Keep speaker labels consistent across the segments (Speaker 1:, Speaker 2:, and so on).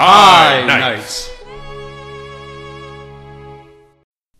Speaker 1: High Knights.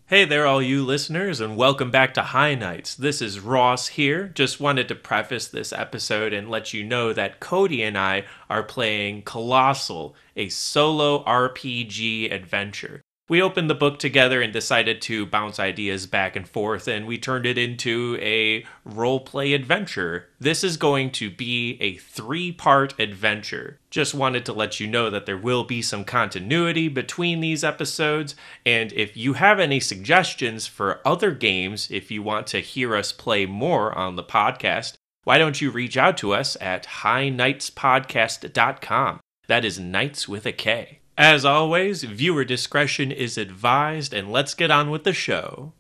Speaker 2: Hey there, all you listeners, and welcome back to High Nights. This is Ross here. Just wanted to preface this episode and let you know that Cody and I are playing Colossal, a solo RPG adventure. We opened the book together and decided to bounce ideas back and forth, and we turned it into a roleplay adventure. This is going to be a three part adventure. Just wanted to let you know that there will be some continuity between these episodes, and if you have any suggestions for other games, if you want to hear us play more on the podcast, why don't you reach out to us at highnightspodcast.com? That is Knights with a K. As always, viewer discretion is advised, and let's get on with the show.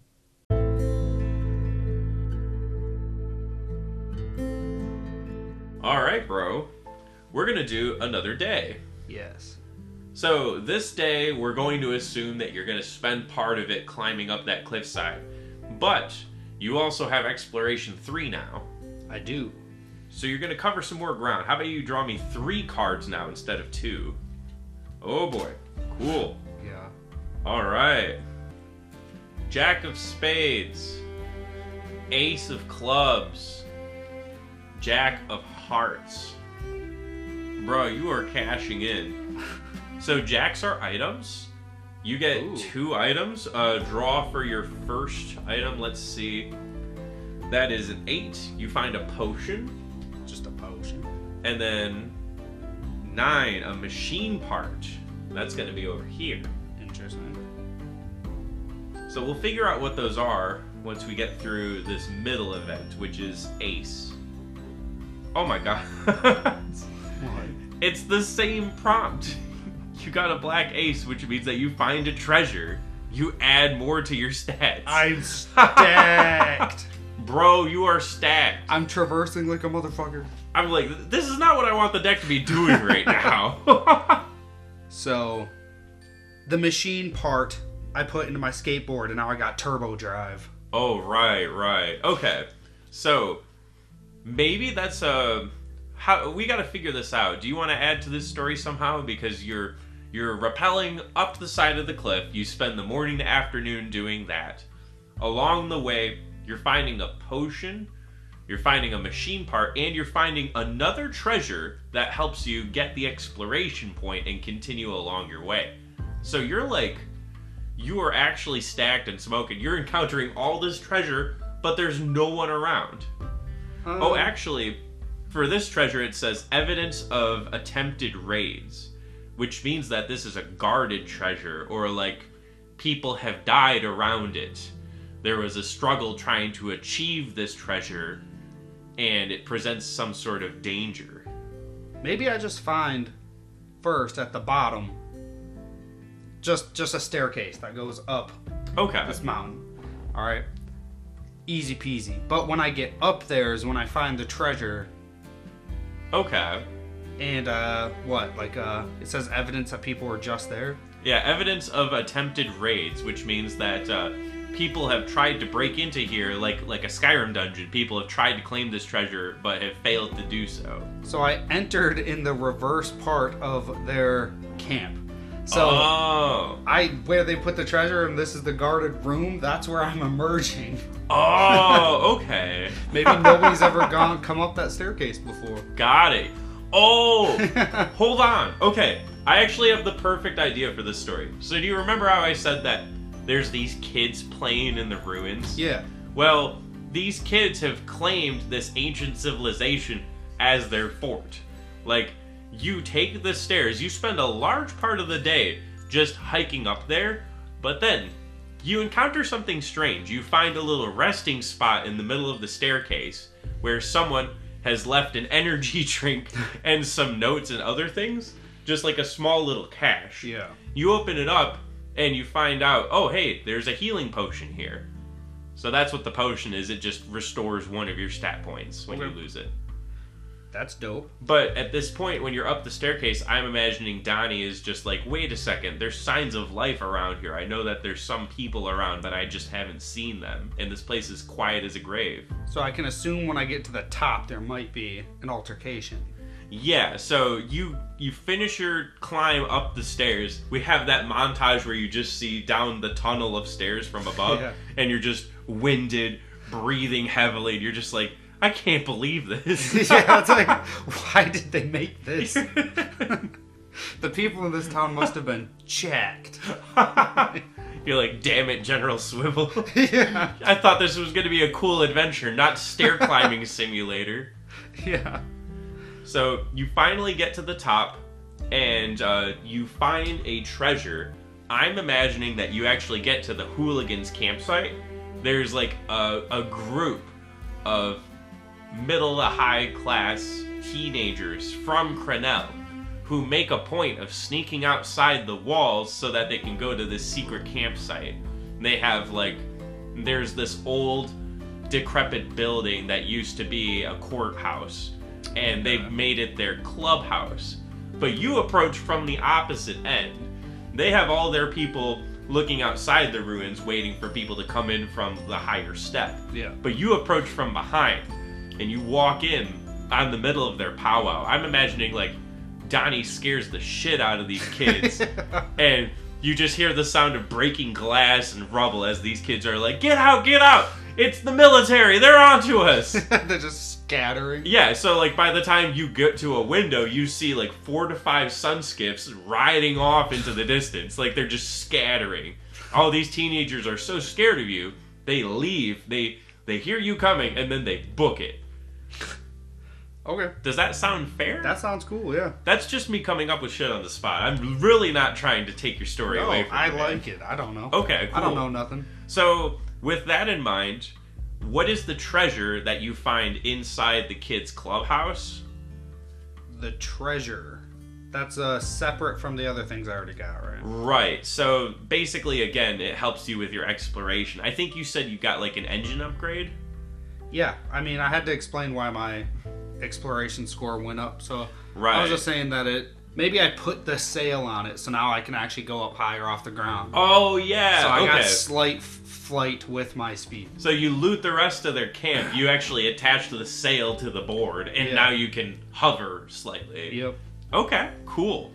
Speaker 2: All right, bro. We're going to do another day.
Speaker 3: Yes.
Speaker 2: So, this day, we're going to assume that you're going to spend part of it climbing up that cliffside. But you also have Exploration 3 now.
Speaker 3: I do.
Speaker 2: So you're going to cover some more ground. How about you draw me three cards now instead of two? Oh boy. Cool.
Speaker 3: Yeah.
Speaker 2: All right. Jack of spades. Ace of clubs. Jack of hearts. Bro, you are cashing in. So jacks are items. You get
Speaker 3: Ooh.
Speaker 2: two items. Uh, draw for your first item. Let's see. That is an eight. You find a potion.
Speaker 3: Just a potion.
Speaker 2: And then nine, a machine part. That's going to be over here.
Speaker 3: Interesting.
Speaker 2: So we'll figure out what those are once we get through this middle event, which is Ace. Oh my god. it's the same prompt. You got a black ace, which means that you find a treasure. You add more to your stats.
Speaker 3: I'm stacked.
Speaker 2: Bro, you are stacked.
Speaker 3: I'm traversing like a motherfucker.
Speaker 2: I'm like, this is not what I want the deck to be doing right now.
Speaker 3: So, the machine part I put into my skateboard, and now I got turbo drive.
Speaker 2: Oh right, right. Okay. So maybe that's a how we got to figure this out. Do you want to add to this story somehow because you're you're rappelling up the side of the cliff. You spend the morning to afternoon doing that. Along the way, you're finding a potion, you're finding a machine part, and you're finding another treasure that helps you get the exploration point and continue along your way. So you're like you are actually stacked and smoking. You're encountering all this treasure, but there's no one around. Oh,
Speaker 3: Um,
Speaker 2: actually, for this treasure, it says evidence of attempted raids, which means that this is a guarded treasure, or like people have died around it. There was a struggle trying to achieve this treasure, and it presents some sort of danger.
Speaker 3: Maybe I just find first at the bottom. Just just a staircase that goes up
Speaker 2: Okay.
Speaker 3: this mountain. All right. Easy peasy. But when I get up there is when I find the treasure
Speaker 2: Okay.
Speaker 3: and uh what? Like uh it says evidence that people were just there.
Speaker 2: Yeah, evidence of attempted raids, which means that uh, people have tried to break into here, like like a Skyrim dungeon. People have tried to claim this treasure, but have failed to do so.
Speaker 3: So I entered in the reverse part of their camp. So
Speaker 2: oh,
Speaker 3: I where they put the treasure and this is the guarded room, that's where I'm emerging.
Speaker 2: oh, okay,
Speaker 3: Maybe nobody's ever gone come up that staircase before.
Speaker 2: got it. Oh, hold on. Okay, I actually have the perfect idea for this story. So do you remember how I said that there's these kids playing in the ruins?
Speaker 3: yeah.
Speaker 2: Well, these kids have claimed this ancient civilization as their fort. Like, you take the stairs, you spend a large part of the day just hiking up there, but then you encounter something strange. You find a little resting spot in the middle of the staircase where someone has left an energy drink and some notes and other things, just like a small little cache.
Speaker 3: Yeah.
Speaker 2: You open it up and you find out, oh, hey, there's a healing potion here. So that's what the potion is. It just restores one of your stat points when you
Speaker 3: Okay.
Speaker 2: lose it.
Speaker 3: That's dope.
Speaker 2: But at this point, when you're up the staircase, I'm imagining Donnie is just like, wait a second, there's signs of life around here. I know that there's some people around, but I just haven't seen them. And this place is quiet as a grave.
Speaker 3: So I can assume when I get to the top there might be an altercation.
Speaker 2: Yeah, so you you finish your climb up the stairs. We have that montage where you just see down the tunnel of stairs from above
Speaker 3: Yeah.
Speaker 2: and you're just winded, breathing heavily, and you're just like, I can't believe this.
Speaker 3: yeah, it's like, why did they make this? the people in this town must have been jacked.
Speaker 2: you're like, damn it, General Swivel.
Speaker 3: yeah,
Speaker 2: I thought this was gonna be a cool adventure, not stair climbing simulator.
Speaker 3: yeah.
Speaker 2: So you finally get to the top, and uh, you find a treasure. I'm imagining that you actually get to the hooligans campsite. There's like a, a group of middle to high class teenagers from Crenel who make a point of sneaking outside the walls so that they can go to this secret campsite. They have like there's this old decrepit building that used to be a courthouse and they've made it their clubhouse. But you approach from the opposite end. They have all their people looking outside the ruins waiting for people to come in from the higher step.
Speaker 3: Yeah.
Speaker 2: But you approach from behind and you walk in on the middle of their powwow. I'm imagining like Donnie scares the shit out of these kids and you just hear the sound of breaking glass and rubble as these kids are like, "Get out, get out. It's the military. They're onto us."
Speaker 3: They're just scattering.
Speaker 2: Yeah, so like by the time you get to a window, you see like four to five sunskiffs riding off into the distance. Like they're just scattering. All these teenagers are so scared of you, they leave. They they hear you coming and then they book it.
Speaker 3: Okay.
Speaker 2: Does that sound fair?
Speaker 3: That sounds cool, yeah.
Speaker 2: That's just me coming up with shit on the spot. I'm really not trying to take your story
Speaker 3: No,
Speaker 2: away from
Speaker 3: Oh, I
Speaker 2: you, man.
Speaker 3: like it. I don't know.
Speaker 2: Okay,
Speaker 3: I don't
Speaker 2: cool.
Speaker 3: know nothing.
Speaker 2: So, with that in mind, what is the treasure that you find inside the kids' clubhouse?
Speaker 3: The treasure. That's uh separate from the other things I already got, right?
Speaker 2: Right. So basically, again, it helps you with your exploration. I think you said you got like an engine upgrade.
Speaker 3: Yeah, I mean, I had to explain why my exploration score went up. So I
Speaker 2: Right.
Speaker 3: was just saying that it maybe I put the sail on it, so now I can actually go up higher off the ground.
Speaker 2: Oh yeah.
Speaker 3: so I
Speaker 2: okay.
Speaker 3: got slight f- flight with my speed.
Speaker 2: so you loot the rest of their camp. You actually attach the sail to the board, and
Speaker 3: Yeah.
Speaker 2: now you can hover slightly.
Speaker 3: Yep.
Speaker 2: Okay, cool.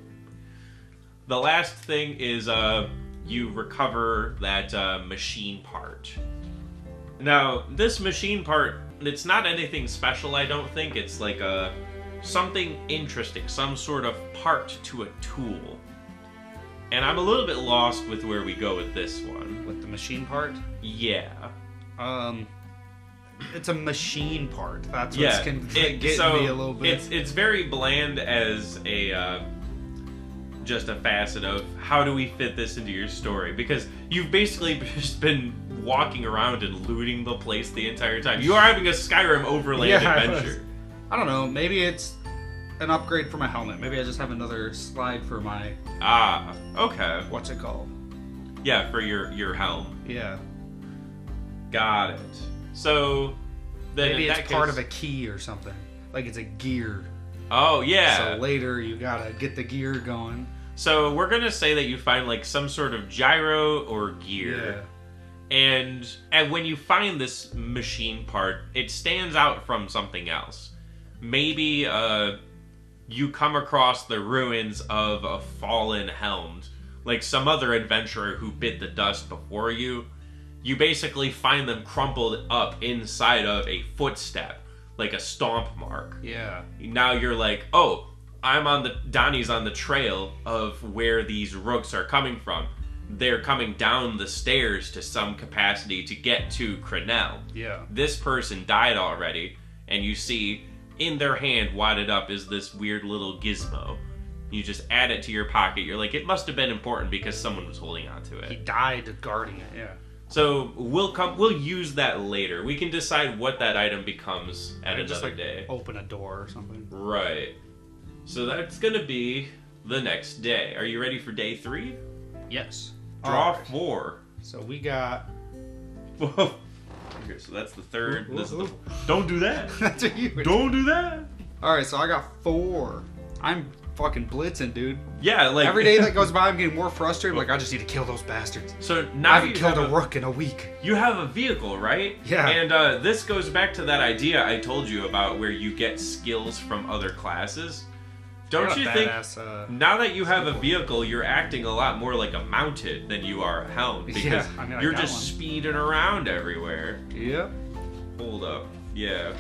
Speaker 2: The last thing is uh, you recover that uh, machine part. Now, this machine part, it's not anything special, I don't think. It's like a something interesting, some sort of part to a tool. And I'm a little bit lost with where we go with this one.
Speaker 3: With the machine part,
Speaker 2: Yeah.
Speaker 3: um, it's a machine part. That's what's
Speaker 2: yeah,
Speaker 3: con-
Speaker 2: it-
Speaker 3: getting
Speaker 2: so
Speaker 3: me a little bit.
Speaker 2: It's it's very bland as a uh, just a facet of how do we fit this into your story because you've basically just been walking around and looting the place the entire time. You are having a Skyrim overland
Speaker 3: Yeah, I was.
Speaker 2: adventure.
Speaker 3: I don't know. Maybe it's an upgrade for my helmet. Maybe I just have another slide for my
Speaker 2: Ah, okay,
Speaker 3: what's it called?
Speaker 2: yeah, for your your helm.
Speaker 3: Yeah.
Speaker 2: Got it. So then
Speaker 3: Maybe
Speaker 2: in
Speaker 3: it's
Speaker 2: that
Speaker 3: part
Speaker 2: case-
Speaker 3: of a key or something. Like it's a gear.
Speaker 2: Oh yeah.
Speaker 3: So later you gotta get the gear going.
Speaker 2: so we're gonna say that you find like some sort of gyro or gear. and and when you find this machine part it stands out from something else maybe uh you come across the ruins of a fallen helmed like some other adventurer who bit the dust before you you basically find them crumpled up inside of a footstep like a stomp mark
Speaker 3: Yeah.
Speaker 2: now you're like, oh, I'm on the Donnie's on the trail of where these rooks are coming from. They're coming down the stairs to some capacity to get to Crenel.
Speaker 3: Yeah.
Speaker 2: This person died already, and you see in their hand wadded up is this weird little gizmo. You just add it to your pocket. You're like, it must have been important because someone was holding onto it.
Speaker 3: He died guarding it. Yeah.
Speaker 2: So we'll come. We'll use that later. We can decide what that item becomes at another
Speaker 3: just like
Speaker 2: day.
Speaker 3: open a door or something.
Speaker 2: Right. So that's gonna be the next day. Are you ready for day three?
Speaker 3: Yes.
Speaker 2: Draw
Speaker 3: Alright,
Speaker 2: four.
Speaker 3: So we got.
Speaker 2: Whoa. Okay, so that's the third.
Speaker 3: Ooh,
Speaker 2: This is
Speaker 3: ooh,
Speaker 2: the... Don't do that.
Speaker 3: That's what you.
Speaker 2: Don't do that.
Speaker 3: All right. So I got four. I'm fucking blitzing, dude.
Speaker 2: Yeah, like
Speaker 3: Every day that goes by, I'm getting more frustrated. like, I just need to kill those bastards.
Speaker 2: so
Speaker 3: I
Speaker 2: now you
Speaker 3: haven't killed
Speaker 2: have
Speaker 3: a rook in a week.
Speaker 2: You have a vehicle, right?
Speaker 3: Yeah.
Speaker 2: And uh, this goes back to that idea I told you about where you get skills from other classes. Don't
Speaker 3: What a
Speaker 2: you think
Speaker 3: badass, uh,
Speaker 2: now that you have a vehicle, you're acting a lot more like a mounted than you are a hound because
Speaker 3: Yeah, I mean, I
Speaker 2: you're
Speaker 3: got
Speaker 2: just
Speaker 3: one.
Speaker 2: speeding around everywhere.
Speaker 3: Yep.
Speaker 2: Hold up. Yeah.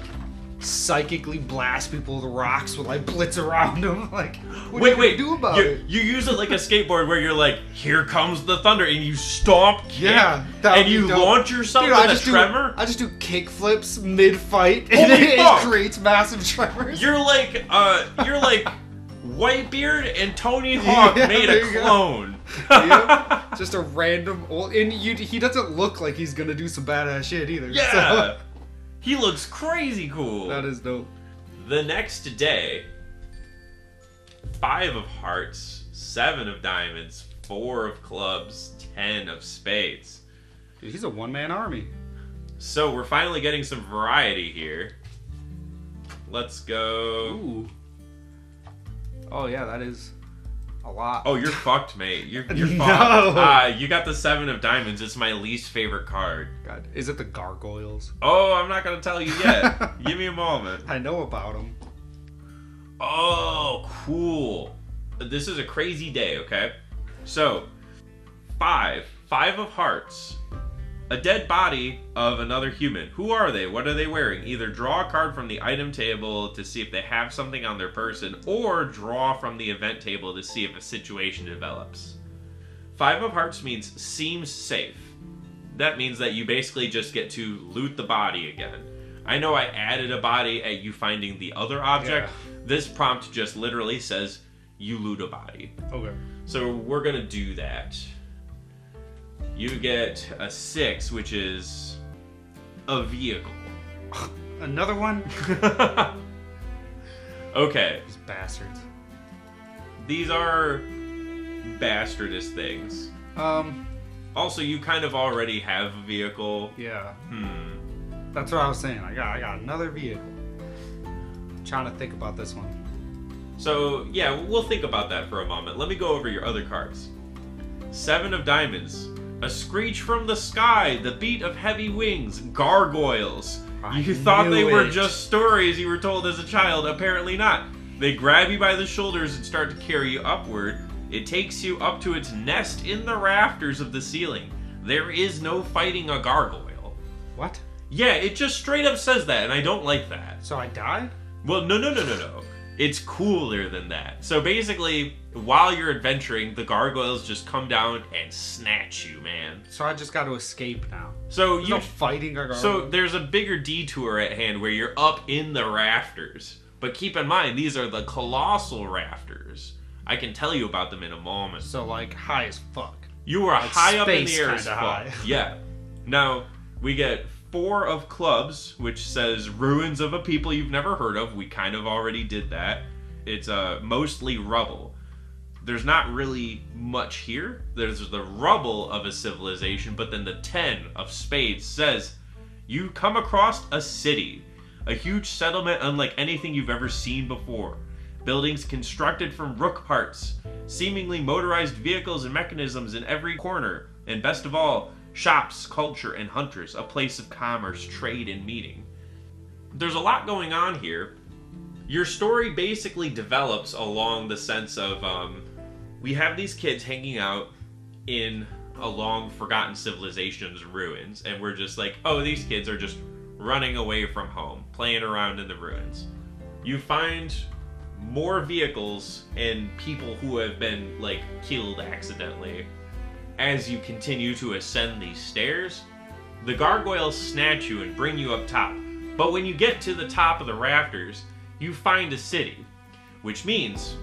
Speaker 3: Psychically blast people with rocks while I blitz around them. Like, what
Speaker 2: wait,
Speaker 3: are you
Speaker 2: wait.
Speaker 3: gonna do about
Speaker 2: you,
Speaker 3: it?
Speaker 2: you use it like a skateboard where you're like, here comes the thunder, and you stomp, kick,
Speaker 3: Yeah, that
Speaker 2: and
Speaker 3: would
Speaker 2: you
Speaker 3: be dope.
Speaker 2: launch yourself
Speaker 3: Dude,
Speaker 2: with
Speaker 3: I
Speaker 2: a
Speaker 3: just
Speaker 2: tremor.
Speaker 3: do I just do kick flips mid fight, and
Speaker 2: Holy
Speaker 3: it,
Speaker 2: fuck.
Speaker 3: creates massive tremors.
Speaker 2: You're like uh you're like Whitebeard and Tony Hawk
Speaker 3: Yeah,
Speaker 2: made
Speaker 3: there
Speaker 2: a
Speaker 3: you go.
Speaker 2: clone.
Speaker 3: Yep. Just a random old, and you, he doesn't look like he's gonna do some badass shit either.
Speaker 2: yeah. He looks crazy cool.
Speaker 3: so, that is dope.
Speaker 2: the next day, five of hearts, seven of diamonds, four of clubs, ten of spades.
Speaker 3: Dude, he's a one man army.
Speaker 2: So we're finally getting some variety here. Let's go.
Speaker 3: Ooh. Oh yeah, that is a lot.
Speaker 2: Oh, you're fucked, mate. You're, you're
Speaker 3: No.
Speaker 2: fucked. Ah, you got the seven of diamonds. It's my least favorite card.
Speaker 3: God, is it the gargoyles?
Speaker 2: Oh, I'm not gonna tell you yet. Give me a moment.
Speaker 3: I know about them.
Speaker 2: Oh, cool. This is a crazy day, okay? So, five, five of hearts, a dead body of another human. Who are they? What are they wearing? Either draw a card from the item table to see if they have something on their person, or draw from the event table to see if a situation develops. Five of hearts means seems safe. That means that you basically just get to loot the body again. I know I added a body at you finding the other object. This prompt just literally says you loot a body.
Speaker 3: Okay.
Speaker 2: So we're gonna do that. You get a six, which is a vehicle.
Speaker 3: Another one.
Speaker 2: okay,
Speaker 3: These bastards.
Speaker 2: these are bastardist things.
Speaker 3: Um.
Speaker 2: Also, you kind of already have a vehicle.
Speaker 3: Yeah.
Speaker 2: Hmm.
Speaker 3: That's what I was saying. I got I got another vehicle. trying to think about this one.
Speaker 2: So, yeah, we'll think about that for a moment. Let me go over your other cards. Seven of Diamonds. A screech from the sky, the beat of heavy wings, gargoyles.
Speaker 3: I
Speaker 2: you thought they
Speaker 3: knew
Speaker 2: were
Speaker 3: it.
Speaker 2: just stories you were told as a child, apparently not. They grab you by the shoulders and start to carry you upward. It takes you up to its nest in the rafters of the ceiling. There is no fighting a gargoyle.
Speaker 3: What?
Speaker 2: Yeah, it just straight up says that, and I don't like that.
Speaker 3: So I died?
Speaker 2: Well, no, no, no, no, no. It's cooler than that. So basically, while you're adventuring, the gargoyles just come down and snatch you, man.
Speaker 3: So I just got to escape now.
Speaker 2: So
Speaker 3: There's
Speaker 2: you.
Speaker 3: no fighting a gargoyle.
Speaker 2: So there's a bigger detour at hand where you're up in the rafters. But keep in mind, these are the colossal rafters. I can tell you about them in a moment.
Speaker 3: So, like high as fuck.
Speaker 2: You were high up in the
Speaker 3: space
Speaker 2: air
Speaker 3: kinda
Speaker 2: as fuck.
Speaker 3: high.
Speaker 2: Yeah. Now we get four of clubs, which says ruins of a people you've never heard of. We kind of already did that. It's uh, mostly rubble. There's not really much here. There's the rubble of a civilization, but then the ten of spades says you come across a city, a huge settlement unlike anything you've ever seen before. Buildings constructed from rook parts, seemingly motorized vehicles and mechanisms in every corner, and best of all, shops, culture, and hunters, a place of commerce, trade, and meeting. There's a lot going on here. Your story basically develops along the sense of um, we have these kids hanging out in a long forgotten civilization's ruins, and we're just like, oh, these kids are just running away from home, playing around in the ruins. You find more vehicles and people who have been like killed accidentally. As you continue to ascend these stairs, the gargoyles snatch you and bring you up top. But when you get to the top of the rafters, you find a city, which means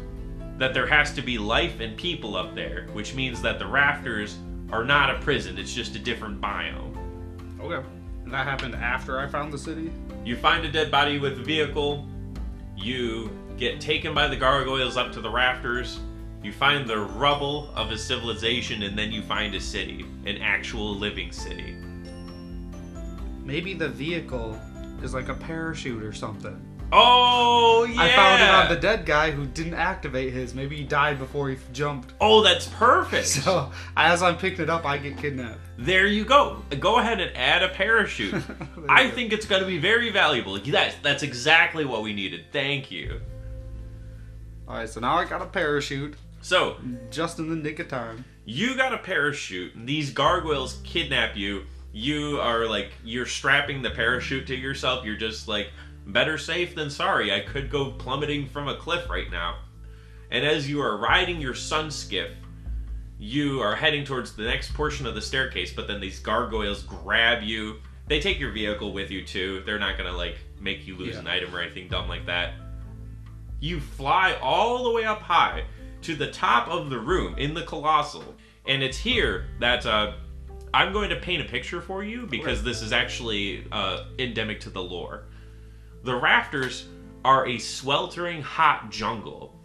Speaker 2: that there has to be life and people up there, which means that the rafters are not a prison, it's just a different biome.
Speaker 3: Okay. And that happened after I found the city?
Speaker 2: You find a dead body with a vehicle. You get taken by the gargoyles up to the rafters. You find the rubble of a civilization, and then you find a city, an actual living city.
Speaker 3: Maybe the vehicle is like a parachute or something.
Speaker 2: Oh yeah.
Speaker 3: I found it on the dead guy who didn't activate his. Maybe he died before he f- jumped.
Speaker 2: Oh, that's perfect.
Speaker 3: So as I'm picking it up, I get kidnapped.
Speaker 2: There you go. Go ahead and add a parachute. I
Speaker 3: you go.
Speaker 2: think it's going to be very valuable. Yes, that's exactly what we needed. Thank you.
Speaker 3: All right, so now I got a parachute,
Speaker 2: So,
Speaker 3: just in the nick of time.
Speaker 2: you got a parachute. and These gargoyles kidnap you. You are like, you're strapping the parachute to yourself. You're just like, better safe than sorry. I could go plummeting from a cliff right now. And as you are riding your sun skiff, you are heading towards the next portion of the staircase, but then these gargoyles grab you. They take your vehicle with you too. They're not gonna like make you lose
Speaker 3: Yeah.
Speaker 2: an item or anything dumb like that. You fly all the way up high to the top of the room in the colossal, and it's here that uh, I'm going to paint a picture for you because this is actually uh, endemic to the lore. The rafters are a sweltering hot jungle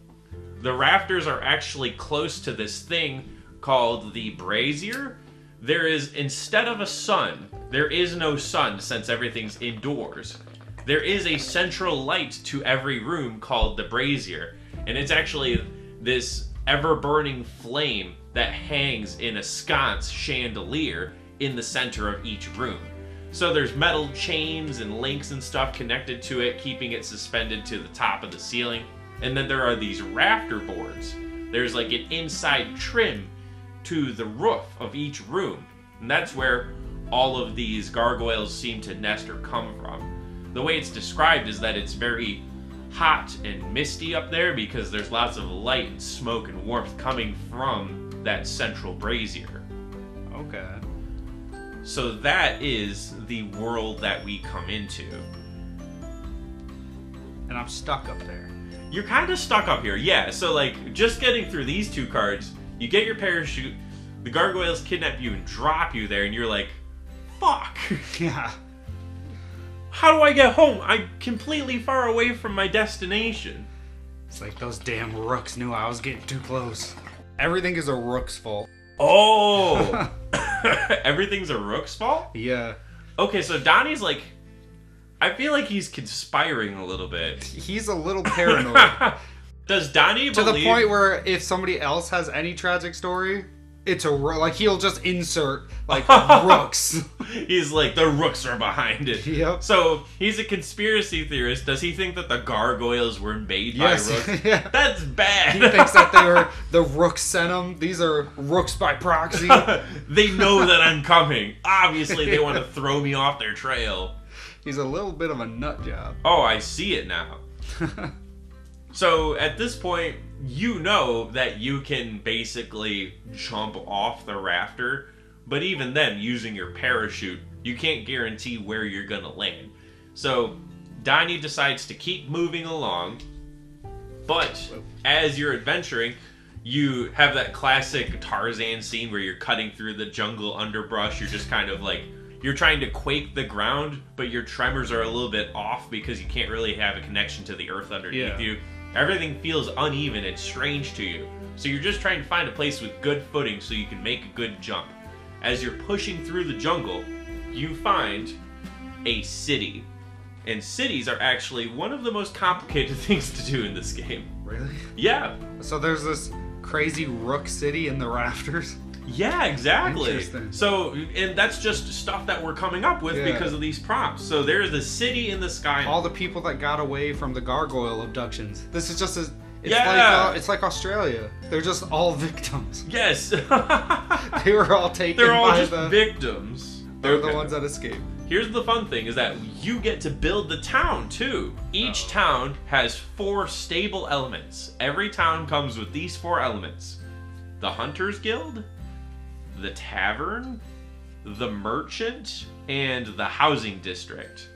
Speaker 2: the rafters are actually close to this thing called the brazier. There is, instead of a sun, there is no sun since everything's indoors. There is a central light to every room called the brazier, and it's actually this ever burning flame that hangs in a sconce chandelier in the center of each room. So there's metal chains and links and stuff connected to it, keeping it suspended to the top of the ceiling. And then there are these rafter boards. There's like an inside trim to the roof of each room. And that's where all of these gargoyles seem to nest or come from. The way it's described is that it's very hot and misty up there because there's lots of light and smoke and warmth coming from that central brazier.
Speaker 3: Okay.
Speaker 2: So that is the world that we come into.
Speaker 3: And I'm stuck up there.
Speaker 2: You're kind of stuck up here, yeah. So like, just getting through these two cards, you get your parachute. The gargoyles kidnap you and drop you there, and you're like, "Fuck!
Speaker 3: Yeah.
Speaker 2: How do I get home? I'm completely far away from my destination."
Speaker 3: It's like those damn rooks knew I was getting too close. Everything is a rook's fault.
Speaker 2: Oh, everything's a rook's fault.
Speaker 3: Yeah.
Speaker 2: Okay, so Donnie's like, I feel like he's conspiring a little bit.
Speaker 3: He's a little paranoid.
Speaker 2: Does Donnie
Speaker 3: to the
Speaker 2: believe?
Speaker 3: point where if somebody else has any tragic story, it's a ro- like he'll just insert like rooks.
Speaker 2: He's like, the rooks are behind it.
Speaker 3: Yep.
Speaker 2: So he's a conspiracy theorist. Does he think that the gargoyles were made
Speaker 3: Yes.
Speaker 2: by rooks?
Speaker 3: yeah.
Speaker 2: That's bad.
Speaker 3: He thinks that they were the rooks sent him. These are rooks by proxy.
Speaker 2: they know that I'm coming. Obviously, they want to throw me off their trail.
Speaker 3: He's a little bit of a nut job.
Speaker 2: Oh, I see it now. So at this point, you know that you can basically jump off the rafter, but even then, using your parachute, you can't guarantee where you're gonna land. So Donnie decides to keep moving along, but as you're adventuring, you have that classic Tarzan scene where you're cutting through the jungle underbrush. You're just kind of like you're trying to quake the ground, but your tremors are a little bit off because you can't really have a connection to the earth underneath
Speaker 3: Yeah.
Speaker 2: you. Everything feels uneven and strange to you. So you're just trying to find a place with good footing so you can make a good jump. As you're pushing through the jungle, you find a city. And cities are actually one of the most complicated things to do in this game.
Speaker 3: Really?
Speaker 2: Yeah.
Speaker 3: So there's this crazy rook city in the rafters.
Speaker 2: Yeah, exactly.
Speaker 3: Interesting.
Speaker 2: So, and that's just stuff that we're coming up with
Speaker 3: Yeah.
Speaker 2: because of these prompts. So, there's a city in the sky.
Speaker 3: All the people that got away from the gargoyle abductions. This is just a. It's
Speaker 2: Yeah.
Speaker 3: like uh, it's like Australia. They're just all victims.
Speaker 2: yes.
Speaker 3: They were all taken
Speaker 2: They're all
Speaker 3: by
Speaker 2: just
Speaker 3: the.
Speaker 2: victims.
Speaker 3: They're
Speaker 2: Okay.
Speaker 3: the ones that escaped.
Speaker 2: Here's the fun thing is that you get to build the town too. Each
Speaker 3: Oh.
Speaker 2: town has four stable elements. Every town comes with these four elements. The Hunters Guild, the Tavern, the Merchant, and the Housing District.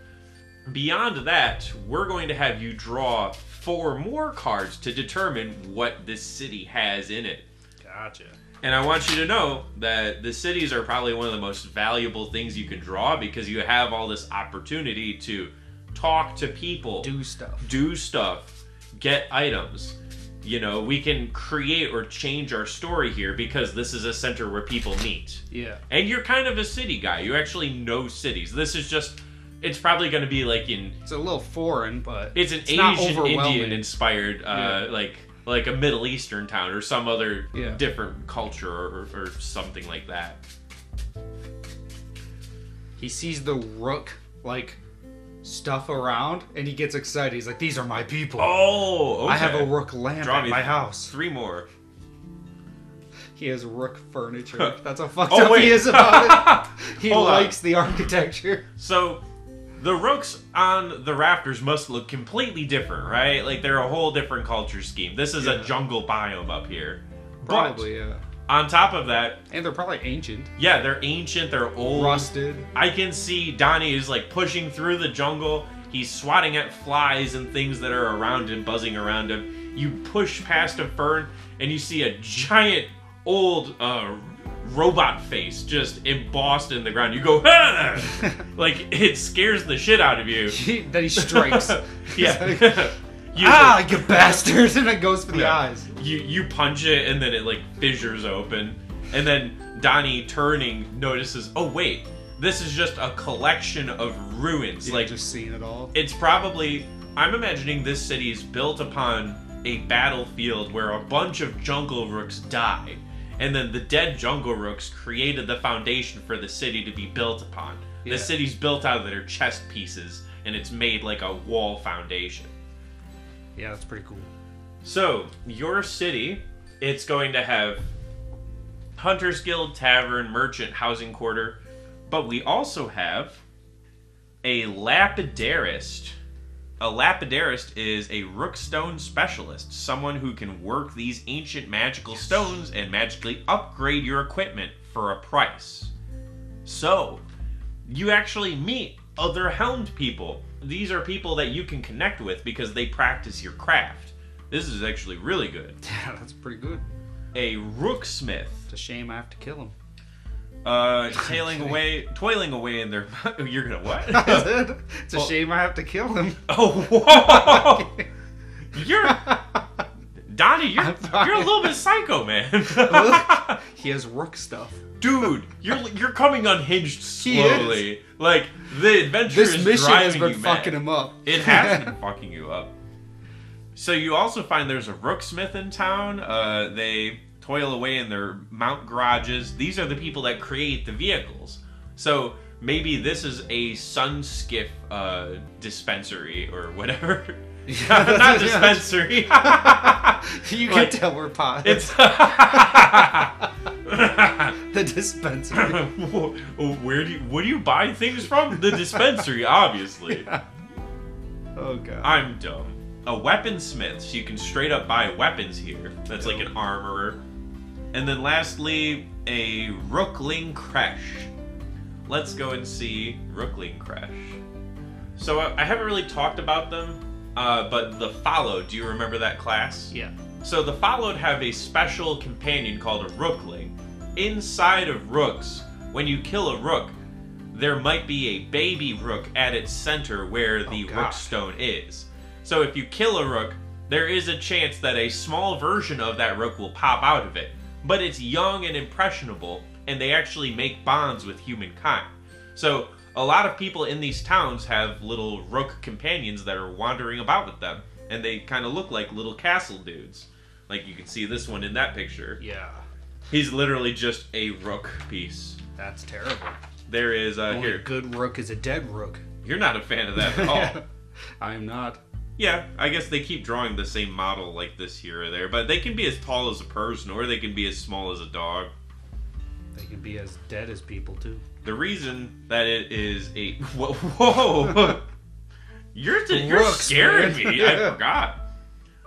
Speaker 2: Beyond that, we're going to have you draw four more cards to determine what this city has in it.
Speaker 3: Gotcha.
Speaker 2: And I want you to know that the cities are probably one of the most valuable things you can draw because you have all this opportunity to talk to people,
Speaker 3: Do stuff.
Speaker 2: do stuff, get items. You know, we can create or change our story here because this is a center where people meet.
Speaker 3: Yeah.
Speaker 2: And you're kind of a city guy. You actually know cities. This is just It's probably going to be like in
Speaker 3: It's a little foreign, but
Speaker 2: it's an
Speaker 3: It's not
Speaker 2: Asian
Speaker 3: overwhelming.
Speaker 2: Indian inspired, uh, like like a Middle Eastern town or some other
Speaker 3: Yeah.
Speaker 2: different culture or, or something like that.
Speaker 3: he sees the rook like stuff around, and he gets excited. He's like, "These are my people.
Speaker 2: Oh,
Speaker 3: I have a rook lamp
Speaker 2: Draw
Speaker 3: at
Speaker 2: me-
Speaker 3: my house.
Speaker 2: three more.
Speaker 3: He has rook furniture. That's how fucked
Speaker 2: Oh,
Speaker 3: up
Speaker 2: wait.
Speaker 3: he is about it. He
Speaker 2: Hold on.
Speaker 3: likes the architecture.
Speaker 2: So the rooks on the rafters must look completely different, right? Like they're a whole different culture scheme. This is
Speaker 3: Yeah.
Speaker 2: a jungle biome up here.
Speaker 3: Probably, yeah.
Speaker 2: But on top of that,
Speaker 3: And they're probably ancient,
Speaker 2: yeah, they're ancient, they're old.
Speaker 3: rusted.
Speaker 2: I can see Donnie is like pushing through the jungle. He's swatting at flies and things that are around and buzzing around him. You push past a fern and you see a giant old uh, robot face just embossed in the ground. You go, "Ah!" like it scares the shit out of you.
Speaker 3: He, then he strikes. He's like,
Speaker 2: yeah. you,
Speaker 3: ah, you bastards! And it goes for the
Speaker 2: Yeah.
Speaker 3: eyes.
Speaker 2: you you punch it and then it like fissures open and then donnie turning notices oh wait this is just a collection of ruins
Speaker 3: Like
Speaker 2: like
Speaker 3: just seeing it all.
Speaker 2: it's probably i'm imagining this city is built upon a battlefield where a bunch of jungle rooks die and then the dead jungle rooks created the foundation for the city to be built upon
Speaker 3: Yeah.
Speaker 2: the city's built out of their chest pieces and it's made like a wall foundation
Speaker 3: Yeah, that's pretty cool.
Speaker 2: so, your city, it's going to have Hunter's Guild, Tavern, Merchant, Housing Quarter, but we also have a lapidarist. A lapidarist is a rookstone specialist, someone who can work these ancient magical stones and magically upgrade your equipment for a price. So, you actually meet other helmed people. These are people that you can connect with because they practice your craft. This is actually really good.
Speaker 3: Yeah, that's pretty good.
Speaker 2: A rooksmith,
Speaker 3: It's a shame I have to kill him.
Speaker 2: uh, tailing away, toiling away in their. You're gonna
Speaker 3: I
Speaker 2: what?
Speaker 3: said, it's a
Speaker 2: Well-
Speaker 3: shame I have to kill him.
Speaker 2: oh, whoa! You're Donnie. You're
Speaker 3: I'm fine.
Speaker 2: you're a little bit psycho, man.
Speaker 3: he has rook stuff.
Speaker 2: Dude, you're you're coming unhinged
Speaker 3: He is.
Speaker 2: slowly. Like the adventure
Speaker 3: This
Speaker 2: is
Speaker 3: mission
Speaker 2: driving
Speaker 3: has been
Speaker 2: you
Speaker 3: fucking
Speaker 2: mad.
Speaker 3: him up.
Speaker 2: It has been fucking you up. So you also find there's a rooksmith in town. Uh, they toil away in their mount garages. These are the people that create the vehicles. So maybe this is a sunskiff uh, dispensary or whatever.
Speaker 3: Yeah.
Speaker 2: Not dispensary.
Speaker 3: you can
Speaker 2: Like,
Speaker 3: tell we're pot.
Speaker 2: it's
Speaker 3: the dispensary.
Speaker 2: where do you, what do you buy things from? The dispensary, obviously.
Speaker 3: Oh god.
Speaker 2: I'm dumb. A weaponsmith, so you can straight up buy weapons here. That's like an armorer. And then lastly, a Rookling Creche. Let's go and see Rookling Creche. So uh, I, I haven't really talked about them, uh, but the Follow, do you remember that class?
Speaker 3: Yeah.
Speaker 2: So the Followed have a special companion called a Rookling. Inside of rooks, when you kill a rook, there might be a baby rook at its center where the
Speaker 3: Oh,
Speaker 2: rook
Speaker 3: gosh.
Speaker 2: stone is. So if you kill a rook, there is a chance that a small version of that rook will pop out of it. But it's young and impressionable, and they actually make bonds with humankind. So a lot of people in these towns have little rook companions that are wandering about with them, and they kind of look like little castle dudes. Like you can see this one in that picture.
Speaker 3: Yeah.
Speaker 2: He's literally just a rook piece.
Speaker 3: That's terrible.
Speaker 2: There is uh,
Speaker 3: Only a
Speaker 2: here.
Speaker 3: good rook is a dead rook.
Speaker 2: You're not a fan of that at all.
Speaker 3: I'm not.
Speaker 2: yeah, I guess they keep drawing the same model like this here or there, but they can be as tall as a person or they can be as small as a dog.
Speaker 3: They can be as dead as people too.
Speaker 2: The reason that it is a whoa, whoa. you're you're
Speaker 3: Rooks,
Speaker 2: scaring
Speaker 3: man.
Speaker 2: me. I forgot.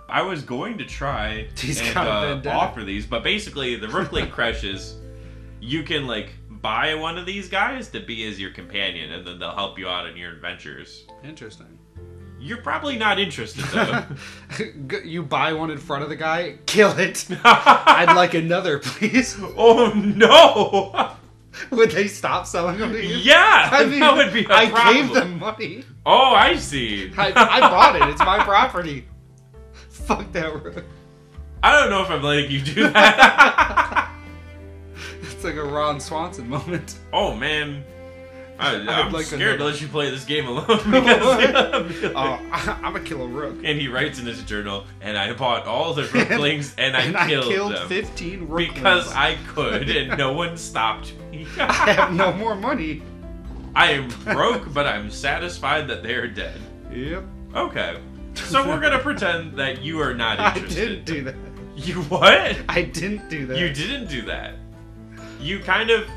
Speaker 2: I was going to try
Speaker 3: He's
Speaker 2: and
Speaker 3: got a
Speaker 2: uh,
Speaker 3: vendetta.
Speaker 2: offer these, but basically the Rookling crashes. You can like buy one of these guys to be as your companion, and then they'll help you out in your adventures.
Speaker 3: Interesting.
Speaker 2: You're probably not interested though.
Speaker 3: G- you buy one in front of the guy, kill it. I'd like another, please.
Speaker 2: oh no!
Speaker 3: Would they stop selling them to you?
Speaker 2: yeah,
Speaker 3: I mean,
Speaker 2: that would be. a
Speaker 3: I
Speaker 2: problem.
Speaker 3: gave them money.
Speaker 2: Oh, I see.
Speaker 3: I, I bought it. It's my property. Fuck that rook.
Speaker 2: I don't know if I'm letting you do that.
Speaker 3: It's like a Ron Swanson moment.
Speaker 2: Oh man, I, I'm
Speaker 3: like to
Speaker 2: scared to
Speaker 3: know
Speaker 2: let you play this game alone because
Speaker 3: Oh, I, I'm a killer rook.
Speaker 2: and he writes in his journal, and I bought all the rooklings and I
Speaker 3: and
Speaker 2: killed,
Speaker 3: I killed
Speaker 2: them
Speaker 3: 15 rooklings.
Speaker 2: because I could, and no one stopped me.
Speaker 3: I have no more money.
Speaker 2: I am broke, but I'm satisfied that they are dead.
Speaker 3: Yep.
Speaker 2: Okay, so we're gonna pretend that you are not
Speaker 3: I didn't
Speaker 2: interested.
Speaker 3: do that.
Speaker 2: You what?
Speaker 3: I didn't do that.
Speaker 2: You didn't do that. You kind of.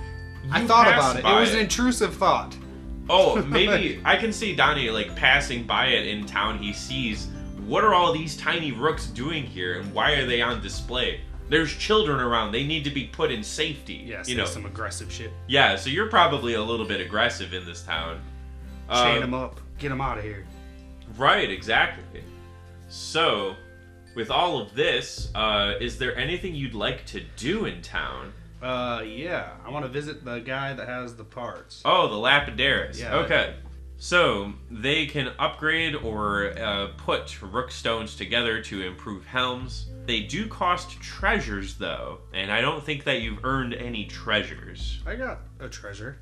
Speaker 3: I
Speaker 2: you
Speaker 3: thought about
Speaker 2: passed
Speaker 3: it. It
Speaker 2: by
Speaker 3: was an intrusive thought.
Speaker 2: Oh, maybe I can see Donnie like passing by it in town. He sees what are all these tiny rooks doing here, and why are they on display? There's children around. They need to be put in safety.
Speaker 3: Yes,
Speaker 2: you know.
Speaker 3: some aggressive shit.
Speaker 2: Yeah, so you're probably a little bit aggressive in this town.
Speaker 3: Chain
Speaker 2: Um,
Speaker 3: them up. Get them out of here.
Speaker 2: Right, exactly. So, with all of this, uh, is there anything you'd like to do in town?
Speaker 3: Uh, yeah. I want to visit the guy that has the parts.
Speaker 2: Oh, the Lapidaris.
Speaker 3: Yeah.
Speaker 2: Okay. So they can upgrade or uh, put rook stones together to improve helms. They do cost treasures, though, and I don't think that you've earned any treasures.
Speaker 3: I got a treasure.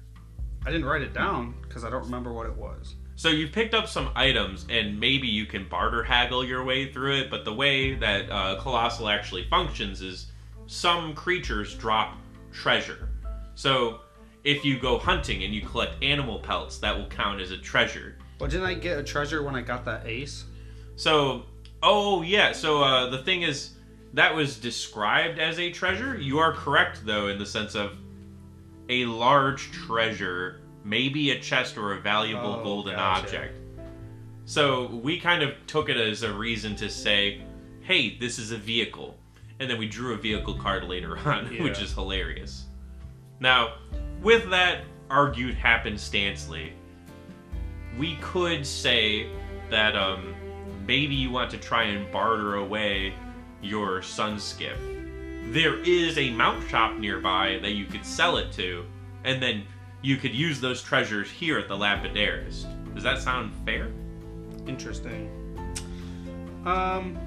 Speaker 3: I didn't write it down because I don't remember what it was.
Speaker 2: So you've picked up some items, and maybe you can barter haggle your way through it. But the way that uh, Colossal actually functions is some creatures drop treasure. So if you go hunting and you collect animal pelts, that will count as a treasure.
Speaker 3: But didn't I get a treasure when I got that ace?
Speaker 2: So, oh yeah. So uh, the thing is, that was described as a treasure. You are correct though in the sense of a large treasure, maybe a chest or a valuable
Speaker 3: Oh,
Speaker 2: golden
Speaker 3: gotcha.
Speaker 2: object. So we kind of took it as a reason to say, "Hey, this is a vehicle," and then we drew a vehicle card later on, which
Speaker 3: Yeah.
Speaker 2: is hilarious. Now, with that argued happenstancely, we could say that um, maybe you want to try and barter away your sunskip. There is a mount shop nearby that you could sell it to, and then you could use those treasures here at the Lapidarist. Does that sound fair?
Speaker 3: Interesting. Um,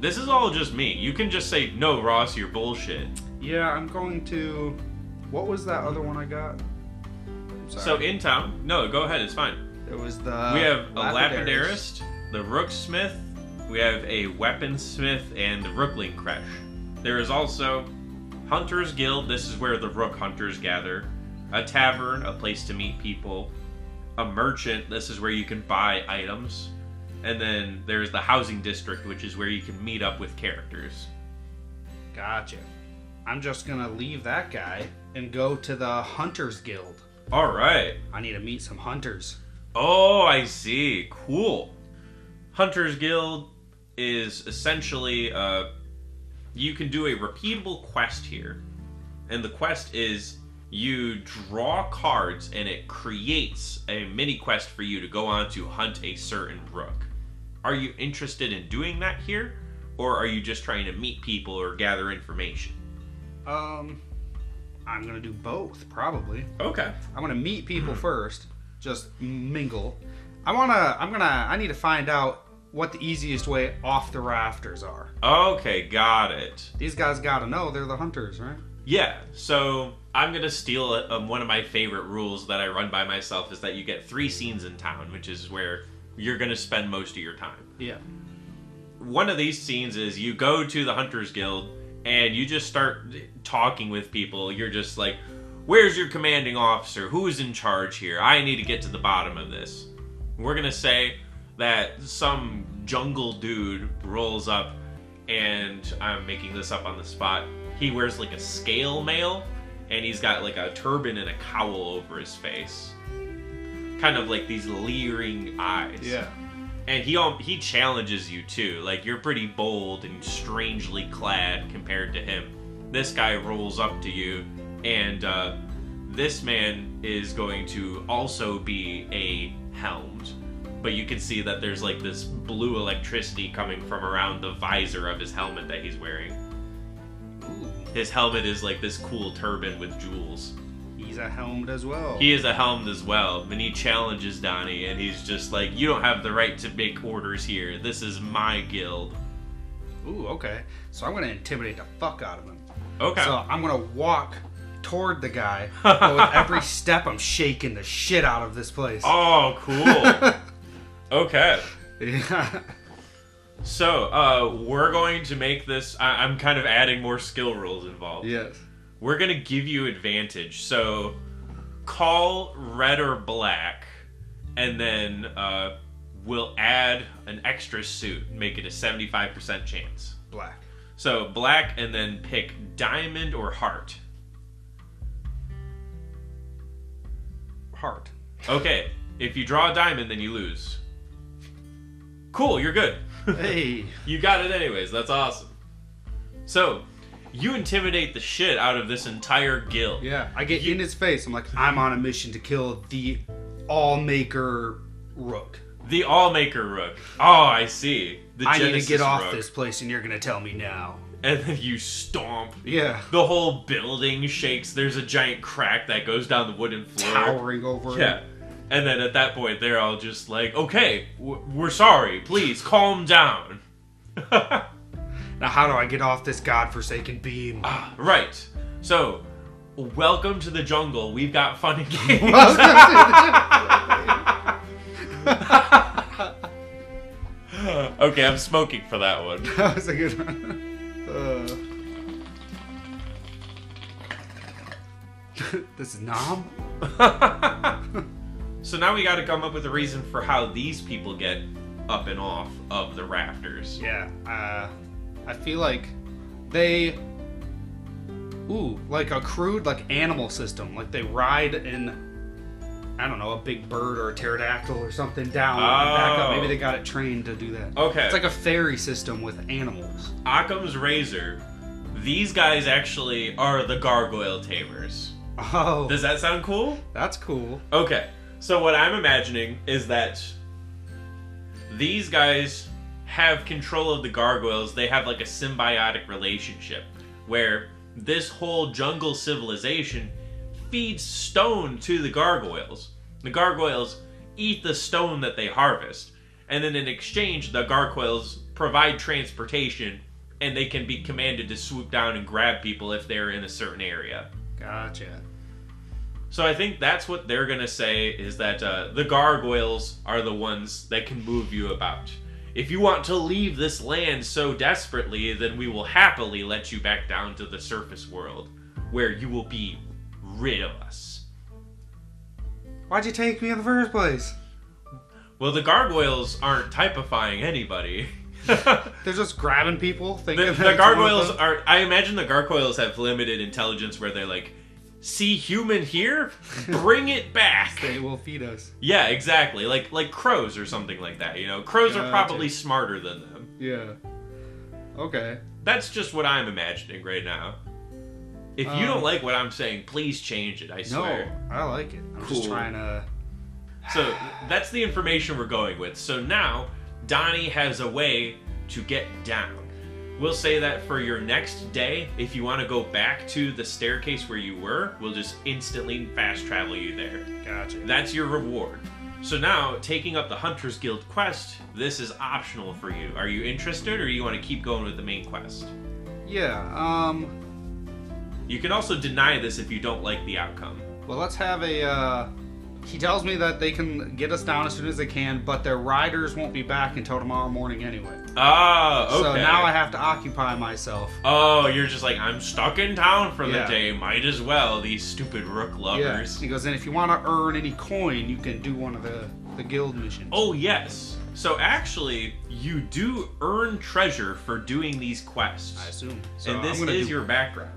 Speaker 2: This is all just me. You can just say, no, Ross, you're bullshit.
Speaker 3: yeah, I'm going to. What was that other one I got? I'm
Speaker 2: So
Speaker 3: sorry. Uh,
Speaker 2: in town, no, go ahead, it's fine.
Speaker 3: it was the.
Speaker 2: we have a
Speaker 3: lapidaries.
Speaker 2: lapidarist, the rooksmith, we have a weaponsmith, and the rookling creche. There is also Hunter's Guild, this is where the rook hunters gather, a tavern, a place to meet people, a merchant, this is where you can buy items, and then there's the housing district, which is where you can meet up with characters.
Speaker 3: Gotcha. I'm just gonna leave that guy and go to the Hunters Guild.
Speaker 2: All right.
Speaker 3: I need to meet some hunters.
Speaker 2: Oh, I see. Cool. Hunter's Guild is essentially uh, you can do a repeatable quest here. And the quest is you draw cards and it creates a mini quest for you to go on to hunt a certain rook. Are you interested in doing that here? Or are you just trying to meet people or gather information?
Speaker 3: Um, I'm gonna do both probably.
Speaker 2: Okay.
Speaker 3: I want to meet people first, just mingle. I wanna. I'm gonna. I need to find out what the easiest way off the rafters are.
Speaker 2: Okay, got it.
Speaker 3: These guys gotta know they're the hunters, right?
Speaker 2: Yeah, so I'm gonna steal um, one of my favorite rules that I run by myself is that you get three scenes in town, which is where you're gonna spend most of your time.
Speaker 3: Yeah.
Speaker 2: One of these scenes is you go to the Hunters Guild and you just start talking with people. You're just like, "Where's your commanding officer? Who's in charge here? I need to get to the bottom of this." We're gonna say that some jungle dude rolls up and I'm making this up on the spot. He wears like a scale mail, and he's got like a turban and a cowl over his face, kind of like these leering eyes. And he al- he challenges you too. Like you're pretty bold and strangely clad compared to him. This guy rolls up to you, and uh, this man is going to also be a helmed. But you can see that there's like this blue electricity coming from around the visor of his helmet that he's wearing.
Speaker 3: Ooh,
Speaker 2: His helmet is like this cool turban with jewels.
Speaker 3: he's a helmed as well.
Speaker 2: He is a helmed as well, and he challenges Donnie, and he's just like, "You don't have the right to make orders here. This is my guild."
Speaker 3: Ooh, okay. So I'm gonna intimidate the fuck out of him.
Speaker 2: Okay.
Speaker 3: So I'm gonna walk toward the guy, but with every step, I'm shaking the shit out of this place.
Speaker 2: Oh, cool. okay.
Speaker 3: Yeah.
Speaker 2: So, uh, we're going to make this. I- I'm kind of adding more skill rules involved.
Speaker 3: yes.
Speaker 2: We're going to give you advantage. So, call red or black, and then uh, we'll add an extra suit, make it a 75% chance.
Speaker 3: Black.
Speaker 2: So, black, and then pick diamond or heart.
Speaker 3: Heart.
Speaker 2: Okay, if you draw a diamond, then you lose. Cool, you're good.
Speaker 3: Hey.
Speaker 2: You got it anyways. That's awesome. So, you intimidate the shit out of this entire guild.
Speaker 3: Yeah. I get in his face. I'm like, I'm on a mission to kill the all maker rook.
Speaker 2: The Allmaker Rook. Oh, I see. The
Speaker 3: I need
Speaker 2: Genesis
Speaker 3: to get off
Speaker 2: Rook.
Speaker 3: this place, and you're gonna tell me now.
Speaker 2: And then you stomp.
Speaker 3: Yeah.
Speaker 2: The whole building shakes. There's a giant crack that goes down the wooden floor.
Speaker 3: Towering over.
Speaker 2: Yeah. And then at that point, they're all just like, okay, w- we're sorry. Please calm down.
Speaker 3: Now, how do I get off this godforsaken beam?
Speaker 2: Right. So, welcome to the jungle. We've got fun and games. okay, I'm smoking for that one.
Speaker 3: that was a good one. Uh. this is Nom?
Speaker 2: So now we got to come up with a reason for how these people get up and off of the rafters.
Speaker 3: Yeah. Uh, I feel like they. Ooh, like a crude, like animal system. Like they ride in, I don't know, a big bird or a pterodactyl or something down and back up.
Speaker 2: Oh.
Speaker 3: Maybe they got it trained to do that.
Speaker 2: Okay.
Speaker 3: It's like a fairy system with animals.
Speaker 2: Occam's razor. These guys actually are the gargoyle tamers.
Speaker 3: Oh,
Speaker 2: Does that sound cool?
Speaker 3: that's cool.
Speaker 2: Okay. So what I'm imagining is that these guys have control of the gargoyles. They have like a symbiotic relationship where this whole jungle civilization feeds stone to the gargoyles. The gargoyles eat the stone that they harvest, and then in exchange the gargoyles provide transportation and they can be commanded to swoop down and grab people if they're in a certain area.
Speaker 3: Gotcha.
Speaker 2: So I think that's what they're gonna say is that uh, the gargoyles are the ones that can move you about. If you want to leave this land so desperately, then we will happily let you back down to the surface world, where you will be rid of us.
Speaker 3: Why'd you take me in the first place?
Speaker 2: Well, the gargoyles aren't typifying anybody. the,
Speaker 3: They're just grabbing people, thinking that it's
Speaker 2: the
Speaker 3: one of
Speaker 2: gargoyles
Speaker 3: them.
Speaker 2: are. I imagine the gargoyles have limited intelligence where they're like, see human here? Bring it back!
Speaker 3: They will feed us.
Speaker 2: Yeah, exactly. Like like crows or something like that. You know, crows are
Speaker 3: Gotcha.
Speaker 2: probably smarter than them.
Speaker 3: Yeah. Okay.
Speaker 2: That's just what I'm imagining right now. If you
Speaker 3: Um,
Speaker 2: don't like what I'm saying, please change it. I
Speaker 3: No,
Speaker 2: swear.
Speaker 3: I like it. I'm just
Speaker 2: Cool.
Speaker 3: trying to.
Speaker 2: So that's the information we're going with. So now Donnie has a way to get down. We'll say that for your next day, if you want to go back to the staircase where you were, we'll just instantly fast travel you there.
Speaker 3: Gotcha.
Speaker 2: That's your reward. So now, taking up the Hunter's Guild quest, this is optional for you. Are you interested or you want to keep going with the main quest?
Speaker 3: Yeah. Um.
Speaker 2: You can also deny this if you don't like the outcome.
Speaker 3: Well, let's have a. Uh, he tells me that they can get us down as soon as they can, but their riders won't be back until tomorrow morning anyway.
Speaker 2: Ah, okay.
Speaker 3: So now I have to occupy myself.
Speaker 2: Oh, you're just like, I'm stuck in town for
Speaker 3: Yeah.
Speaker 2: the day. Might as well, these stupid rook lovers.
Speaker 3: He goes, and if you want to earn any coin, you can do one of the the guild missions.
Speaker 2: Oh, yes. So actually, you do earn treasure for doing these quests.
Speaker 3: I assume. So
Speaker 2: and
Speaker 3: I'm
Speaker 2: this
Speaker 3: gonna
Speaker 2: is
Speaker 3: do-
Speaker 2: your background.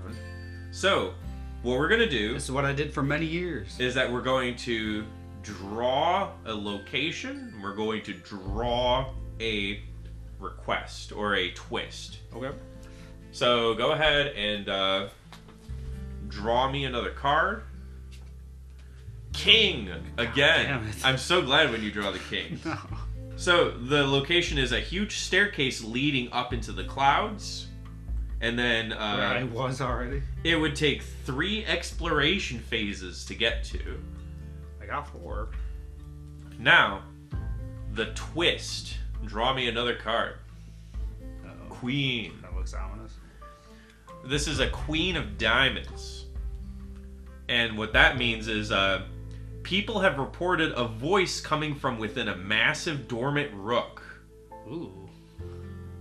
Speaker 2: So, what we're going to do
Speaker 3: This is what I did for many years.
Speaker 2: is that we're going to draw a location. We're going to draw a request or a twist.
Speaker 3: Okay.
Speaker 2: So go ahead and uh, draw me another card. King again.
Speaker 3: damn it.
Speaker 2: I'm so glad when you draw the king. So the location is a huge staircase leading up into the clouds, and then
Speaker 3: Where I
Speaker 2: uh,
Speaker 3: was already.
Speaker 2: it would take three exploration phases to get to.
Speaker 3: I got four.
Speaker 2: Now, the twist. Draw me another card. Queen.
Speaker 3: That looks ominous.
Speaker 2: This is a queen of diamonds. And what that means is uh, people have reported a voice coming from within a massive dormant rook,
Speaker 3: Ooh.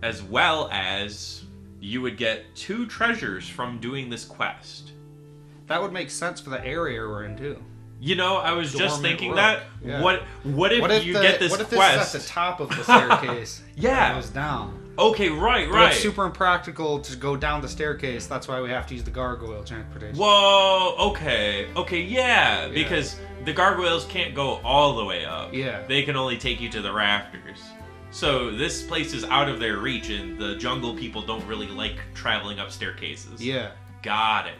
Speaker 2: as well as you would get two treasures from doing this quest.
Speaker 3: That would make sense for the area we're in too.
Speaker 2: You know, I was just
Speaker 3: Dormant
Speaker 2: thinking
Speaker 3: rook,
Speaker 2: that.
Speaker 3: yeah.
Speaker 2: What what if,
Speaker 3: What if
Speaker 2: you
Speaker 3: the,
Speaker 2: get this
Speaker 3: what if
Speaker 2: quest?
Speaker 3: this is at the top of the staircase?
Speaker 2: Yeah.
Speaker 3: It goes down.
Speaker 2: okay, right,
Speaker 3: But
Speaker 2: right.
Speaker 3: it's super impractical to go down the staircase. That's why we have to use the gargoyle transportation.
Speaker 2: Whoa, okay. Okay, yeah, because the gargoyles can't go all the way up.
Speaker 3: Yeah.
Speaker 2: They can only take you to the rafters. So this place is out of their reach and the jungle people don't really like traveling up staircases.
Speaker 3: Yeah.
Speaker 2: Got it.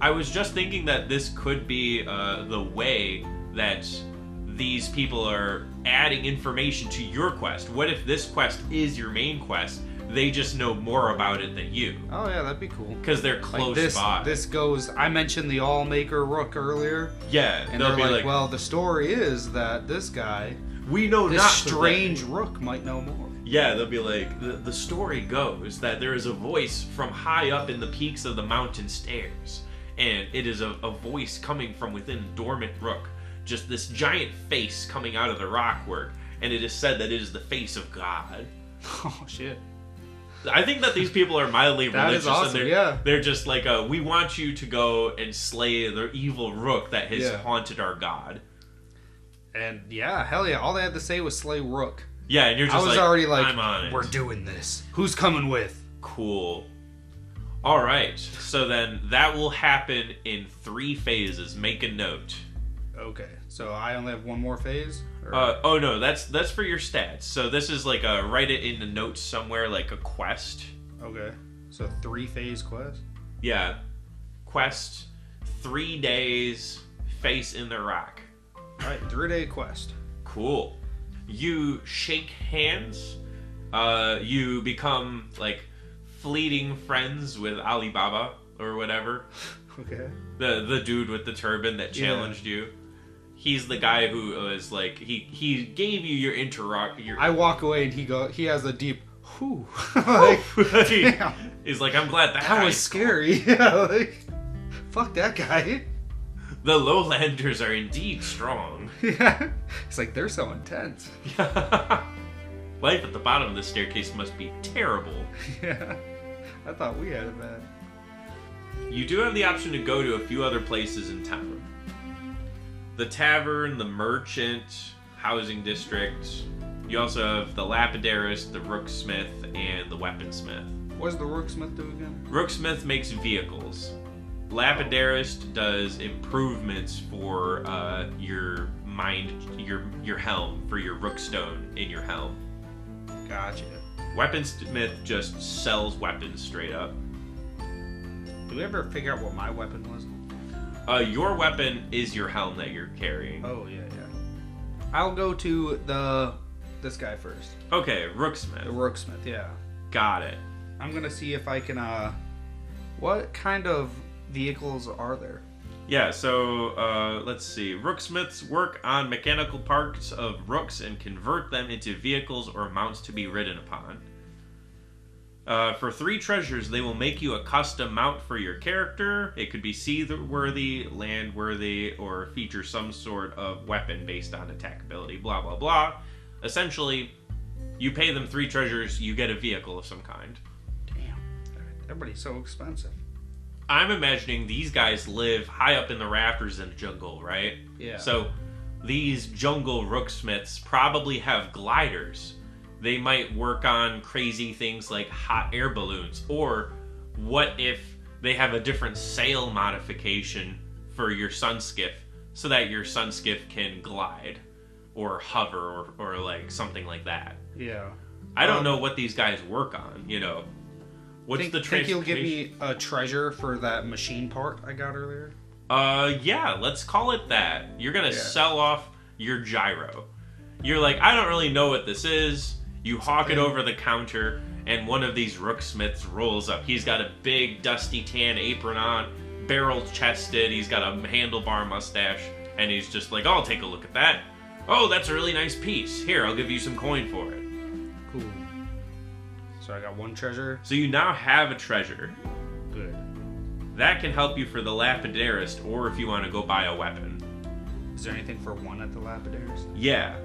Speaker 2: I was just thinking that this could be uh, the way that these people are adding information to your quest. What if this quest is your main quest? They just know more about it than you
Speaker 3: Oh yeah, that'd be cool.
Speaker 2: because they're close
Speaker 3: like this,
Speaker 2: by.
Speaker 3: this goes. I mentioned the all maker rook earlier,
Speaker 2: yeah,
Speaker 3: and
Speaker 2: they'll
Speaker 3: they're
Speaker 2: be
Speaker 3: like,
Speaker 2: like,
Speaker 3: "Well, the story is that this guy,
Speaker 2: we know
Speaker 3: this
Speaker 2: not to let-"
Speaker 3: strange rook, might know more."
Speaker 2: Yeah, they'll be like, the, the story goes that there is a voice from high up in the peaks of the mountain stairs. And it is a, a voice coming from within Dormant Rook. Just this giant face coming out of the rockwork. And it is said that it is the face of God.
Speaker 3: Oh shit!
Speaker 2: I think that these people are mildly
Speaker 3: That
Speaker 2: religious.
Speaker 3: is awesome,
Speaker 2: and they're,
Speaker 3: yeah.
Speaker 2: they're just like, uh, we want you to go and slay the evil rook that has
Speaker 3: Yeah.
Speaker 2: haunted our God.
Speaker 3: And yeah, hell yeah! All they had to say was slay rook.
Speaker 2: Yeah, and you're just
Speaker 3: I was
Speaker 2: like,
Speaker 3: already like,
Speaker 2: I'm on it.
Speaker 3: "We're doing this. Who's coming with?"
Speaker 2: Cool. All right. So then that will happen in three phases. Make a note.
Speaker 3: Okay, so I only have one more phase. Or-
Speaker 2: Uh, oh no, that's that's for your stats. So this is like a write it in the notes somewhere, like a quest.
Speaker 3: okay, so three phase quest.
Speaker 2: Yeah, quest. Three days. Face in the rock.
Speaker 3: All right, three day quest.
Speaker 2: Cool. You shake hands. Uh, you become like fleeting friends with Alibaba or whatever.
Speaker 3: Okay.
Speaker 2: the the dude with the turban that
Speaker 3: Yeah.
Speaker 2: challenged you. He's the guy who was like he he gave you your interrupt your
Speaker 3: I walk away and he go. He has a deep whoo. like, damn.
Speaker 2: He's like I'm glad that,
Speaker 3: That was
Speaker 2: guy-
Speaker 3: scary. Yeah, like, fuck that guy.
Speaker 2: the lowlanders are indeed strong.
Speaker 3: Yeah. It's like they're so intense.
Speaker 2: Life at the bottom of the staircase must be terrible.
Speaker 3: Yeah. I thought we had it bad.
Speaker 2: You do have the option to go to a few other places in town. The tavern, the merchant, housing district. You also have the lapidarist, the rooksmith, and the weaponsmith.
Speaker 3: What does the Rooksmith do again?
Speaker 2: Rooksmith makes vehicles. Lapidarist does improvements for uh, your mind, your your helm, for your rookstone in your helm.
Speaker 3: Gotcha.
Speaker 2: Weaponsmith just sells weapons straight up.
Speaker 3: Do we ever figure out what my weapon was?
Speaker 2: Uh, your weapon is your helm that you're carrying.
Speaker 3: Oh yeah, yeah. I'll go to the this guy first.
Speaker 2: Okay,
Speaker 3: The
Speaker 2: Rooksmith.
Speaker 3: Rooksmith, yeah.
Speaker 2: Got it.
Speaker 3: I'm gonna see if I can uh what kind of vehicles are there?
Speaker 2: Yeah, so uh, let's see. Rooksmiths work on mechanical parts of rooks and convert them into vehicles or mounts to be ridden upon. Uh, for three treasures, they will make you a custom mount for your character. It could be seaworthy, landworthy, or feature some sort of weapon based on attack ability, blah, blah, blah. Essentially, you pay them three treasures, you get a vehicle of some kind.
Speaker 3: Damn. Everybody's so expensive.
Speaker 2: I'm imagining these guys live high up in the rafters in the jungle, right?
Speaker 3: Yeah.
Speaker 2: So these jungle rooksmiths probably have gliders. They might work on crazy things like hot air balloons. Or what if they have a different sail modification for your sunskiff so that your sunskiff can glide or hover or, or like something like that?
Speaker 3: Yeah.
Speaker 2: I don't
Speaker 3: Um,
Speaker 2: know what these guys work on, you know. What's
Speaker 3: think,
Speaker 2: the
Speaker 3: think
Speaker 2: transportation?
Speaker 3: you'll give me a treasure for that machine part I got earlier?
Speaker 2: Uh, yeah, let's call it that. You're gonna sell off your gyro. You're like, I don't really know what this is. You hawk it over the counter, and one of these rooksmiths rolls up. He's got a big, dusty tan apron on, barrel chested. He's got a handlebar mustache, and he's just like, I'll take a look at that. Oh, that's a really nice piece. Here, I'll give you some coin for it.
Speaker 3: Cool. So I got one treasure.
Speaker 2: So you now have a treasure.
Speaker 3: Good.
Speaker 2: That can help you for the lapidarist, or if you want to go buy a weapon.
Speaker 3: Is there anything for one at the lapidaries?
Speaker 2: Yeah.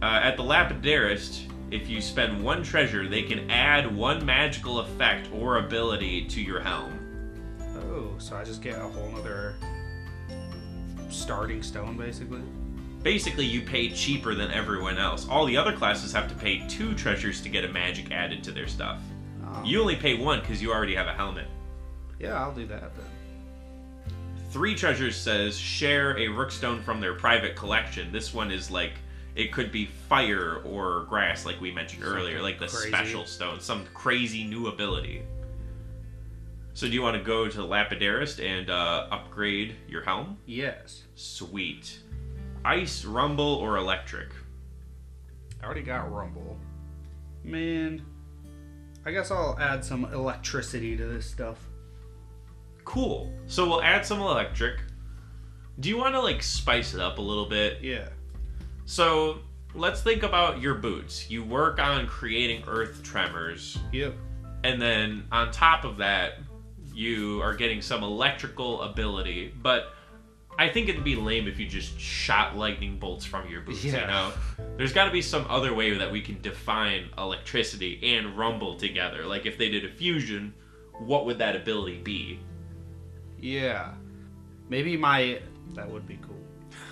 Speaker 2: Uh, at the Lapidarist, if you spend one treasure, they can add one magical effect or ability to your helm.
Speaker 3: Oh, so I just get a whole nother starting stone, basically.
Speaker 2: Basically, you pay cheaper than everyone else. All the other classes have to pay two treasures to get a magic added to their stuff.
Speaker 3: Um,
Speaker 2: You only pay one because you already have a helmet.
Speaker 3: Yeah, I'll do that then.
Speaker 2: Three Treasures says share a rookstone from their private collection. This one is like it could be fire or grass, like we mentioned earlier, like the
Speaker 3: crazy.
Speaker 2: special stone, some crazy new ability. So, do you want to go to Lapidarist and uh, upgrade your helm?
Speaker 3: Yes.
Speaker 2: Sweet. Ice, rumble, or electric?
Speaker 3: I already got Rumble. Man, I guess I'll add some electricity to this stuff.
Speaker 2: Cool. So we'll add some electric. Do you want to like spice it up a little bit?
Speaker 3: Yeah.
Speaker 2: So let's think about your boots. You work on creating earth tremors,
Speaker 3: Yep.
Speaker 2: and then on top of that, you are getting some electrical ability. But I think it'd be lame if you just shot lightning bolts from your boots. You
Speaker 3: Yeah.
Speaker 2: know, there's got to be some other way that we can define electricity and rumble together. Like if they did a fusion, what would that ability be?
Speaker 3: Yeah. Maybe my that would be cool.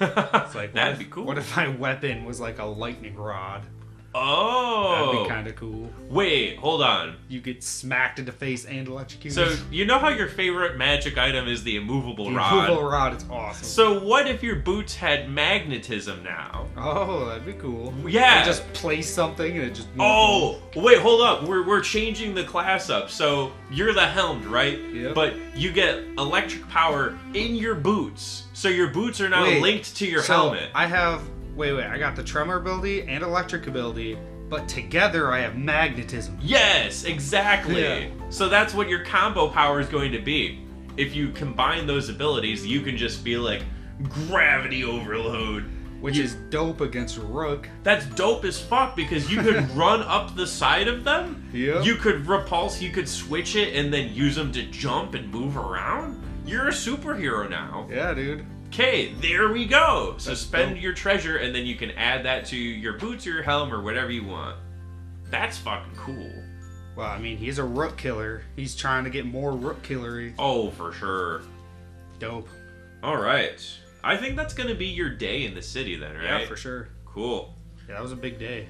Speaker 3: It's like what
Speaker 2: that'd
Speaker 3: if-
Speaker 2: be cool.
Speaker 3: What if my weapon was like a lightning rod?
Speaker 2: oh,
Speaker 3: That'd be kind of cool.
Speaker 2: wait, hold on.
Speaker 3: You get smacked in the face and electrocuted.
Speaker 2: So you know how your favorite magic item is the immovable rod.
Speaker 3: Removal rod is awesome.
Speaker 2: So what if your boots had magnetism now?
Speaker 3: oh, that'd be cool.
Speaker 2: Yeah.
Speaker 3: You just place something and it just.
Speaker 2: Oh, wait, hold up. We're, we're changing the class up. So you're the helmed, right?
Speaker 3: Yep.
Speaker 2: But you get electric power in your boots. So your boots are now
Speaker 3: Wait,
Speaker 2: linked to your
Speaker 3: so
Speaker 2: helmet.
Speaker 3: I have wait, wait. I got the tremor ability and electric ability, but together I have magnetism.
Speaker 2: Yes, exactly.
Speaker 3: Yeah.
Speaker 2: So that's what your combo power is going to be. If you combine those abilities, you can just be like gravity overload.
Speaker 3: which is dope against Rook.
Speaker 2: That's dope as fuck because you could run up the side of them.
Speaker 3: Yeah.
Speaker 2: You could repulse, you could switch it and then use them to jump and move around. You're a superhero now.
Speaker 3: Yeah, dude.
Speaker 2: Okay, there we go. So
Speaker 3: That's
Speaker 2: spend
Speaker 3: dope.
Speaker 2: your treasure and then you can add that to your boots or your helm or whatever you want. That's fucking cool.
Speaker 3: Well, I mean, he's a Rook killer. He's trying to get more Rook killery.
Speaker 2: Oh, for sure.
Speaker 3: Dope.
Speaker 2: All right. I think that's going to be your day in the city then, right?
Speaker 3: Yeah, for sure.
Speaker 2: Cool.
Speaker 3: Yeah, that was a big day.